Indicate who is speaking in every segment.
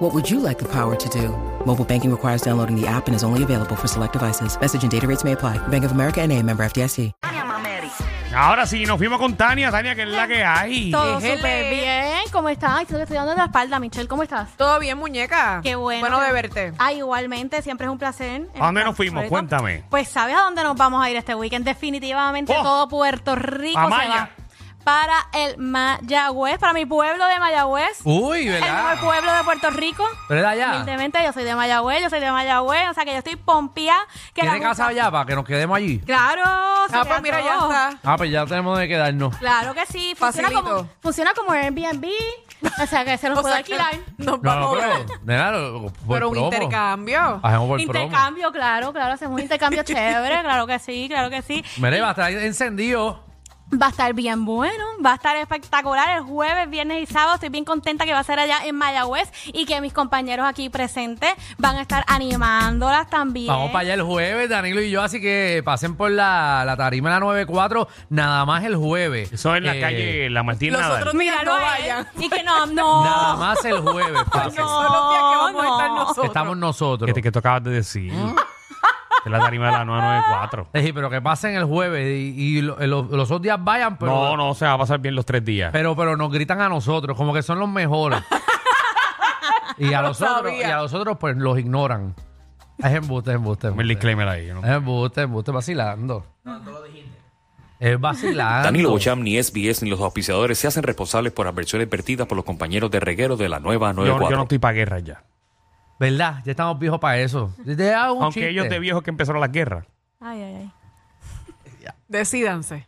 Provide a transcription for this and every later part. Speaker 1: What would you like the power to do? Mobile banking requires downloading the app and is only available for select devices. Message and data rates may apply. Bank of America and a member FDIC.
Speaker 2: Ahora sí, nos fuimos con Tania, Tania, que es la que hay.
Speaker 3: Todo
Speaker 4: Déjele.
Speaker 3: súper bien. ¿Cómo estás? Ay, siento que estoy dando la espalda, Michelle. ¿Cómo estás?
Speaker 4: Todo bien, muñeca.
Speaker 3: Qué bueno.
Speaker 4: Bueno de
Speaker 3: que-
Speaker 4: verte.
Speaker 3: Ay, igualmente, siempre es un placer.
Speaker 2: ¿A dónde nos fuimos?
Speaker 3: Sobre todo-
Speaker 2: Cuéntame.
Speaker 3: Pues, ¿sabes a dónde nos vamos a ir este weekend? Definitivamente
Speaker 2: Oh.
Speaker 3: todo Puerto Rico
Speaker 2: Pa'
Speaker 3: se
Speaker 2: Maya.
Speaker 3: va para el Mayagüez, para mi pueblo de Mayagüez.
Speaker 5: Uy,
Speaker 3: El
Speaker 5: ¿verdad?
Speaker 3: mejor pueblo de Puerto Rico.
Speaker 5: ¿Pero era allá?
Speaker 3: Humildemente, yo soy de Mayagüez, yo soy de Mayagüez, o sea que yo estoy pompeada. que
Speaker 5: ¿Tiene
Speaker 3: la
Speaker 5: casa
Speaker 3: música-
Speaker 5: allá para que nos quedemos allí?
Speaker 3: Claro. se
Speaker 4: Ah,
Speaker 3: queda
Speaker 4: pues mira, ya
Speaker 3: todo.
Speaker 4: está.
Speaker 5: Ah, pues ya tenemos de quedarnos.
Speaker 3: Claro que sí, funciona
Speaker 4: Facilito.
Speaker 3: como, funciona como Airbnb, o sea que se los
Speaker 4: O
Speaker 3: puede
Speaker 4: sea que
Speaker 3: alquilar.
Speaker 4: Nos
Speaker 5: No, no,
Speaker 4: vamos a
Speaker 5: pero,
Speaker 4: ver.
Speaker 5: nena, lo- por
Speaker 4: Pero un
Speaker 5: promo. Ah.
Speaker 4: intercambio.
Speaker 5: Hacemos por promo.
Speaker 3: Intercambio, claro, claro, hacemos un intercambio chévere, claro que sí, claro que sí.
Speaker 5: Mira, va a estar encendido.
Speaker 3: Va a estar bien bueno, va a estar espectacular el jueves, viernes y sábado. Estoy bien contenta que va a ser allá en Mayagüez y que mis compañeros aquí presentes van a estar animándolas también.
Speaker 5: Vamos para allá el jueves, Danilo y yo, así que pasen por la, la tarima de la 94, nada más el jueves.
Speaker 2: Eso es en la
Speaker 5: Eh,
Speaker 2: calle La Martín
Speaker 4: los
Speaker 2: Nadal.
Speaker 4: otros-
Speaker 3: Míralo
Speaker 4: No
Speaker 3: a él.
Speaker 4: vayan.
Speaker 3: Y que no, no.
Speaker 5: Nada más el jueves, pasen.
Speaker 3: No,
Speaker 4: Son los días que vamos
Speaker 3: no.
Speaker 4: a estar nosotros.
Speaker 5: Estamos nosotros.
Speaker 2: Que, te- que tú acabas de decir.
Speaker 5: Mm.
Speaker 2: De la tarima de la 994.
Speaker 5: Ejí, Eh, pero que pasen el jueves y, y lo- lo- los otros días vayan, pero,
Speaker 2: No, no, se va a pasar bien los tres días.
Speaker 5: pero pero nos gritan a nosotros, como que son los mejores. y, a
Speaker 4: lo
Speaker 5: los otros, y
Speaker 4: sabía.
Speaker 5: a los otros, pues los ignoran. Es embuste, es embuste. es
Speaker 2: Ponme el
Speaker 5: embuste.
Speaker 2: disclaimer ahí. ¿no?
Speaker 5: Es embuste, es embuste, vacilando. No, lo dijiste. Es vacilando.
Speaker 6: Danilo Bocham, ni SBS, ni los auspiciadores se hacen responsables por versiones vertidas por los compañeros de reguero de la nueva
Speaker 2: Yo,
Speaker 6: 94.
Speaker 2: yo no estoy para guerra ya.
Speaker 5: ¿Verdad? Ya estamos viejos para eso. Te hago un
Speaker 2: Aunque
Speaker 5: chiste.
Speaker 2: ellos de viejos que empezaron las guerras.
Speaker 3: Ay, ay, ay.
Speaker 4: Decídanse.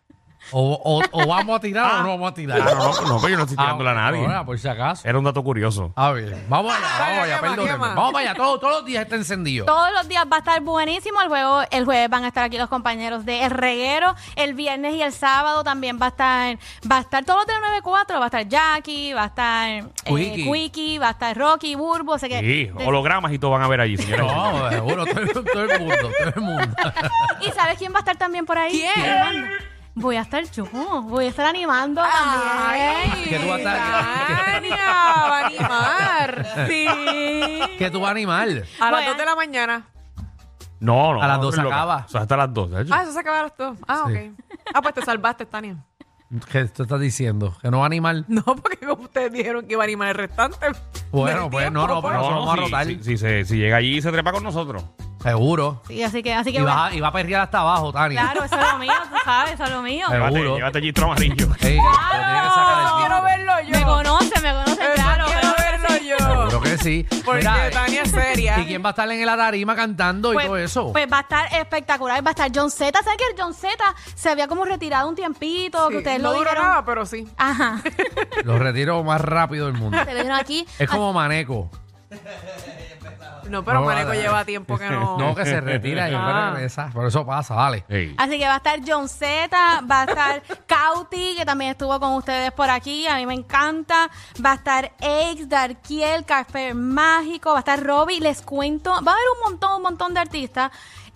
Speaker 5: O, o- o vamos a tirar o no vamos a tirar.
Speaker 2: Ah, no, no, no, pero yo no estoy
Speaker 5: Ah,
Speaker 2: tirándola a nadie.
Speaker 5: ahora, pues. Ah. por si acaso.
Speaker 2: Era un dato curioso.
Speaker 5: A ver, vamos allá, vamos allá,
Speaker 4: quema,
Speaker 5: perdóneme.
Speaker 4: quema.
Speaker 5: Vamos allá, todos, todos los días está encendido.
Speaker 3: Todos los días va a estar buenísimo el juego. El jueves van a estar aquí los compañeros de El Reguero. El viernes y el sábado también va a estar, va a estar todos los de 94. Va a estar Jackie, va a estar eh,
Speaker 5: Quickie.
Speaker 3: Quickie, va a estar Rocky, Burbo. O sea que
Speaker 2: Sí, eh,
Speaker 3: de-
Speaker 2: hologramas y todo van a ver allí, señores.
Speaker 5: Eh, No, seguro, todo, todo el mundo, todo el mundo.
Speaker 3: ¿Y sabes quién va a estar también por ahí?
Speaker 4: ¿Quién?
Speaker 3: Animando. Voy a estar yo, voy a estar animando también.
Speaker 5: Que tú vas a estar-
Speaker 4: Tania, va a animar.
Speaker 3: Sí.
Speaker 5: Que tú vas a animar.
Speaker 4: A las
Speaker 3: Bueno.
Speaker 4: 2 de la mañana.
Speaker 2: No, no.
Speaker 5: A las
Speaker 2: no,
Speaker 5: dos
Speaker 2: loca.
Speaker 5: acaba.
Speaker 2: O sea, hasta las dos. de hecho.
Speaker 4: Ah, eso se acaba a las 2. Ah,
Speaker 5: Sí.
Speaker 4: ok. Ah, pues te salvaste, Tania.
Speaker 5: ¿Qué tú estás diciendo? ¿Que no va a animar?
Speaker 4: No, porque como ustedes dijeron que iba a animar el restante.
Speaker 5: Bueno,
Speaker 4: del
Speaker 5: pues
Speaker 4: tiempo,
Speaker 5: no, no, pero
Speaker 2: No,
Speaker 5: eso
Speaker 2: no,
Speaker 5: vamos a
Speaker 2: si-
Speaker 5: rotar.
Speaker 2: Si, si se- si llega allí y se trepa con nosotros.
Speaker 5: Seguro.
Speaker 3: Sí, así que, así
Speaker 5: Y
Speaker 3: que
Speaker 5: va,
Speaker 3: bueno,
Speaker 5: a- y va a perrear hasta abajo, Tania.
Speaker 3: claro, eso es lo mío, tú sabes, eso es lo mío. Oh,
Speaker 5: Seguro.
Speaker 2: Llévate, llévate allí tro amarillo.
Speaker 5: Ey, lo tiene que sacar
Speaker 4: Eso
Speaker 5: del
Speaker 4: quiero
Speaker 5: disco.
Speaker 4: verlo yo.
Speaker 3: Me conoce, me conoce,
Speaker 4: Eso
Speaker 3: claro.
Speaker 4: pues. quiero verlo yo.
Speaker 5: Creo que sí.
Speaker 4: Porque
Speaker 5: Mira, eh,
Speaker 4: Tania es seria.
Speaker 5: ¿Y quién va a estar en la tarima cantando y todo eso?
Speaker 3: pues va a estar espectacular, va a estar John Z. ¿Sabes que el John Z se había como retirado un tiempito? Que
Speaker 4: Sí,
Speaker 3: ustedes
Speaker 4: no
Speaker 3: lo
Speaker 4: duró
Speaker 3: dijeron.
Speaker 4: nada, pero sí.
Speaker 3: Ajá.
Speaker 5: Los retiro más rápido del mundo.
Speaker 3: Te lo dijeron aquí.
Speaker 5: Es como Maneco.
Speaker 4: No, pero
Speaker 5: No,
Speaker 4: Maneco
Speaker 5: vale.
Speaker 4: lleva tiempo que no.
Speaker 5: No, que se retira y después
Speaker 4: Ah.
Speaker 5: regresa. Por eso pasa, vale.
Speaker 2: Ey.
Speaker 3: Así que va a estar John Z, va a estar Cauti, que también estuvo con ustedes por aquí, a mí me encanta. Va a estar Aix, Darkiel, Café Mágico, va a estar Robbie. Les cuento, va a haber un montón, un montón de artistas.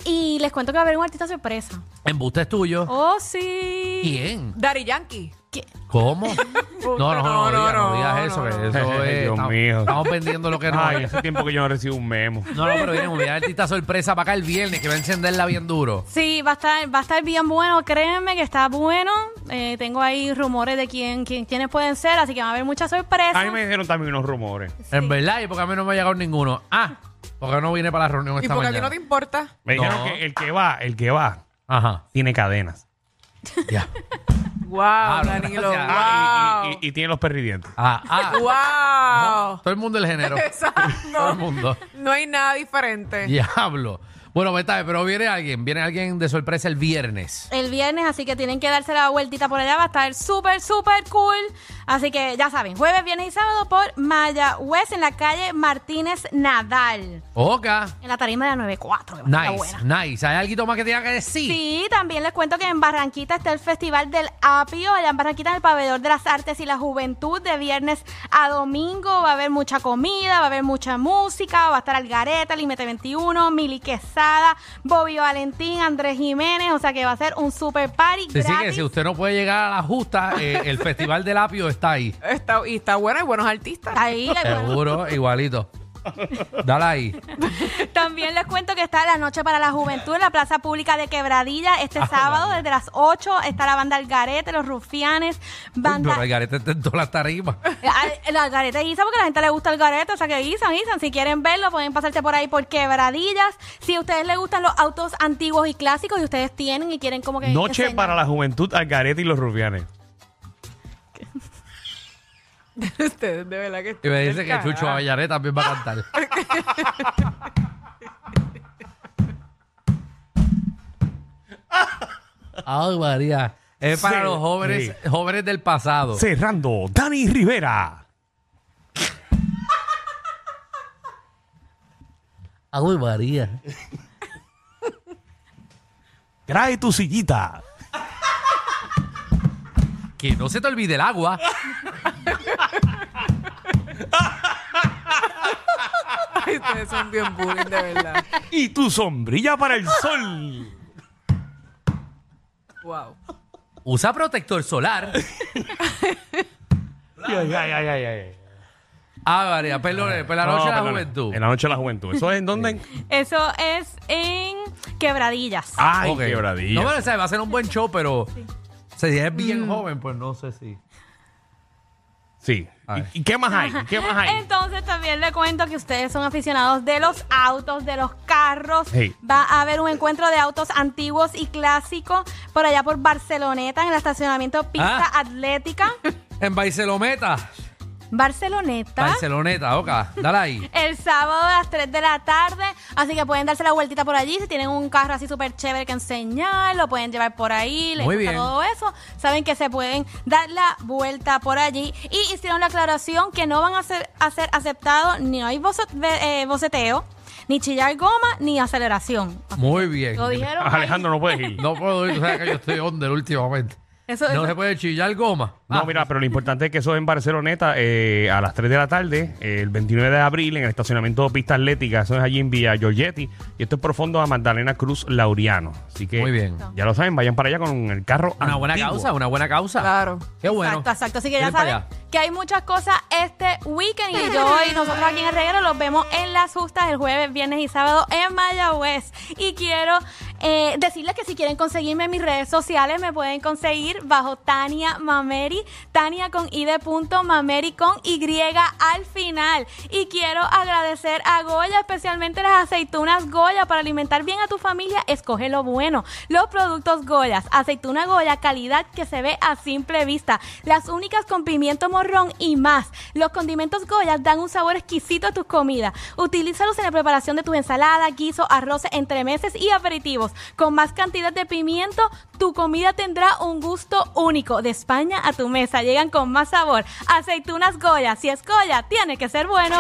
Speaker 3: Y les cuento que va a haber un artista sorpresa.
Speaker 5: Embuste es tuyo.
Speaker 3: Oh, sí.
Speaker 5: ¿Quién?
Speaker 4: Daddy Yankee.
Speaker 5: ¿Cómo? No, no, no, no,
Speaker 4: No, no,
Speaker 5: digas, no
Speaker 4: no,
Speaker 5: digas
Speaker 4: no,
Speaker 5: eso, que
Speaker 4: no.
Speaker 5: eso es.
Speaker 2: Dios
Speaker 5: estamos,
Speaker 2: mío.
Speaker 5: estamos vendiendo lo que no
Speaker 2: Ay,
Speaker 5: hay.
Speaker 2: hace tiempo que yo no recibo un memo.
Speaker 5: No, no, pero viene un artista sorpresa para acá el viernes que va a encenderla bien duro.
Speaker 3: Sí, va a estar, va a estar bien bueno, créeme que está bueno. Eh, tengo ahí rumores de quién, quién, quiénes pueden ser, así que va a haber muchas sorpresas.
Speaker 2: A mí me dijeron también unos rumores.
Speaker 5: En verdad, y porque a mí no me ha llegado ninguno. Ah, porque no vine para la reunión
Speaker 4: Y
Speaker 5: esta
Speaker 4: porque a ti
Speaker 5: mañana.
Speaker 4: no te importa.
Speaker 2: Me
Speaker 5: No.
Speaker 2: dijeron que el que va, el que va,
Speaker 5: Ajá,
Speaker 2: tiene cadenas.
Speaker 5: ya.
Speaker 4: Wow,
Speaker 5: no,
Speaker 4: Danilo.
Speaker 5: gracias.
Speaker 2: Ah, y-
Speaker 4: wow.
Speaker 2: y, y- y tiene los perridientes.
Speaker 5: Ah, ah.
Speaker 4: wow.
Speaker 5: Todo el mundo el género. Todo el
Speaker 4: Exacto. Eh.
Speaker 5: mundo.
Speaker 4: No hay nada diferente.
Speaker 5: Diablo. Bueno, pues está bien, pero viene alguien, viene alguien de sorpresa el viernes.
Speaker 3: El viernes, así que tienen que darse la vueltita por allá. Va a estar súper, súper cool. Así que ya saben, jueves, viernes y sábado por Mayagüez en la calle Martínez Nadal.
Speaker 5: Oca.
Speaker 3: En la tarima de la 94. que va a estar
Speaker 5: Nice,
Speaker 3: buena.
Speaker 5: nice. ¿Hay algo más que tenga que decir?
Speaker 3: Sí, también les cuento que en Barranquita está el Festival del Apio, allá en Barranquita, en el Pabellón de las Artes y la Juventud, de viernes a domingo. Va a haber mucha comida, va a haber mucha música, va a estar Algareta, Limete 21, Mili Quesada, Bobby Valentín, Andrés Jiménez, o sea que va a ser un super party
Speaker 5: Sí, sí, que
Speaker 3: gratis.
Speaker 5: si usted no puede llegar a la justa, eh, el Festival del Apio está ahí.
Speaker 4: Está, y está buena, hay buenos artistas.
Speaker 3: Ahí, les-
Speaker 5: Seguro, igualito. Dale ahí.
Speaker 3: También les cuento que está la Noche para la Juventud en la Plaza Pública de Quebradilla este
Speaker 5: Ah,
Speaker 3: sábado desde las 8 está la banda Algarete, los Rufianes,
Speaker 5: Pero
Speaker 3: banda
Speaker 5: el garete está en todas las tarimas.
Speaker 3: Eh, La gareta guisa porque a la gente le gusta el garete, o sea que guisan, guisan. Si quieren verlo, pueden pasarse por ahí por quebradillas. Si a ustedes les gustan los autos antiguos y clásicos y ustedes tienen y quieren como que...
Speaker 2: Noche
Speaker 3: enseñar.
Speaker 2: para la juventud, Algarete y los rufianes.
Speaker 4: Ustedes, de verdad que.
Speaker 5: Y me dice que Chucho
Speaker 4: vaya.
Speaker 5: Avellaré también va a cantar. Ay, María. Es para
Speaker 2: Sí,
Speaker 5: los jóvenes, jóvenes del pasado.
Speaker 2: Cerrando, Dani Rivera.
Speaker 5: Ay, María.
Speaker 2: Trae tu sillita.
Speaker 5: Que no se te olvide el agua.
Speaker 4: Ustedes son bien bullying, de verdad.
Speaker 2: Y tu sombrilla para el sol.
Speaker 4: Wow.
Speaker 5: Usa protector solar.
Speaker 2: Ay, ay, ay, ay, ay.
Speaker 5: Ah, María, perdón, eh, pues la
Speaker 2: No,
Speaker 5: noche de la
Speaker 2: perdona.
Speaker 5: juventud.
Speaker 2: En la noche de la juventud. ¿Eso es en dónde?
Speaker 3: Eso es en quebradillas.
Speaker 2: Ay,
Speaker 5: Ok.
Speaker 2: quebradilla.
Speaker 5: No, pero o sea, va a ser un buen show, pero si es bien joven, pues no sé si.
Speaker 2: Sí.
Speaker 5: Ay.
Speaker 2: ¿Y, y qué más hay? ¿Qué más hay?
Speaker 3: Entonces también le cuento que ustedes son aficionados de los autos, de los carros.
Speaker 2: Sí.
Speaker 3: Va a haber un encuentro de autos antiguos y clásicos por allá por Barceloneta en el estacionamiento Pista
Speaker 5: Ah.
Speaker 3: Atlética.
Speaker 5: En Barceloneta.
Speaker 3: Barceloneta.
Speaker 5: Barceloneta, oca. Dale ahí.
Speaker 3: el sábado a las 3 de la tarde. Así que pueden darse la vueltita por allí. Si tienen un carro así súper chévere que enseñar, lo pueden llevar por ahí. Les
Speaker 5: Muy
Speaker 3: gusta
Speaker 5: bien.
Speaker 3: todo eso. Saben que se pueden dar la vuelta por allí. Y hicieron la aclaración que no van a ser, a ser aceptados ni hay boce- ve- eh, boceteo, ni chillar goma, ni aceleración.
Speaker 5: Muy bien.
Speaker 3: Lo dijeron. ahí.
Speaker 2: Alejandro, no puedes ir.
Speaker 5: No puedo ir, tú sabes que yo estoy under últimamente.
Speaker 3: Eso-
Speaker 5: no
Speaker 3: eso-
Speaker 5: se puede chillar goma.
Speaker 2: No,
Speaker 5: Ah,
Speaker 2: mira, pero lo importante es que eso es en Barceloneta eh, a las 3 de la tarde, eh, el 29 de abril, en el estacionamiento Pista Atlética. Eso es allí en Villa Giorgetti. Y esto es profundo a Magdalena Cruz Lauriano. Así que
Speaker 5: Muy bien.
Speaker 2: ya lo saben, vayan para allá con el carro.
Speaker 5: Una buena
Speaker 2: antiguo.
Speaker 5: causa, una buena causa.
Speaker 4: Claro.
Speaker 5: Qué bueno.
Speaker 3: Exacto, exacto. Así que ya
Speaker 5: Miren para
Speaker 3: saben
Speaker 5: allá.
Speaker 3: que hay muchas cosas este weekend y yo y nosotros aquí en el reguero los vemos en las justas el jueves, viernes y sábado en Mayagüez. Y quiero eh, decirles que si quieren conseguirme en mis redes sociales me pueden conseguir bajo Tania Mameri, Tania con I de punto, Mameri con Y al final. Y quiero agradecer a Goya, especialmente las aceitunas Goya para alimentar bien a tu familia, escoge lo bueno. Los productos Goyas, aceituna Goya, calidad que se ve a simple vista. Las únicas con pimiento morrón y más. Los condimentos Goya dan un sabor exquisito a tus comidas. Utilízalos en la preparación de tus ensaladas, guiso, arroces, entremeses y aperitivos. Con más cantidad de pimiento, tu comida tendrá un gusto único. De España a tu mesa llegan con más sabor. Aceitunas Goya, si es Goya, tiene que ser bueno.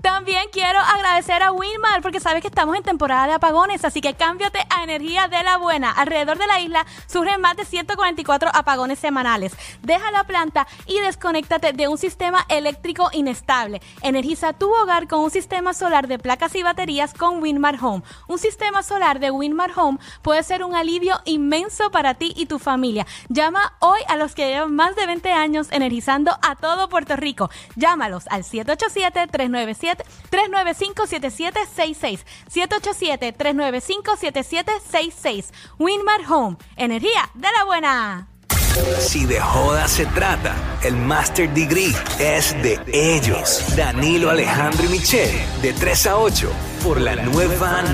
Speaker 3: También quiero agradecer a Winmar porque sabes que estamos en temporada de apagones, así que cámbiate a energía de la buena. Alrededor de la isla surgen más de 144 apagones semanales. Deja la planta y desconéctate de un sistema eléctrico inestable. Energiza tu hogar con un sistema solar de placas y baterías con Winmar Home. Un sistema solar de Winmar Home puede ser un alivio inmenso para ti y tu familia. Llama hoy a los que llevan más de 20 años energizando a todo Puerto Rico. Llámalos al 787-395-7766. 787-395-7766. Winmar Home. Energía de la buena.
Speaker 7: Si de joda se trata, el Master Degree es de ellos. Danilo Alejandro y Michelle, de 3 a 8, por la nueva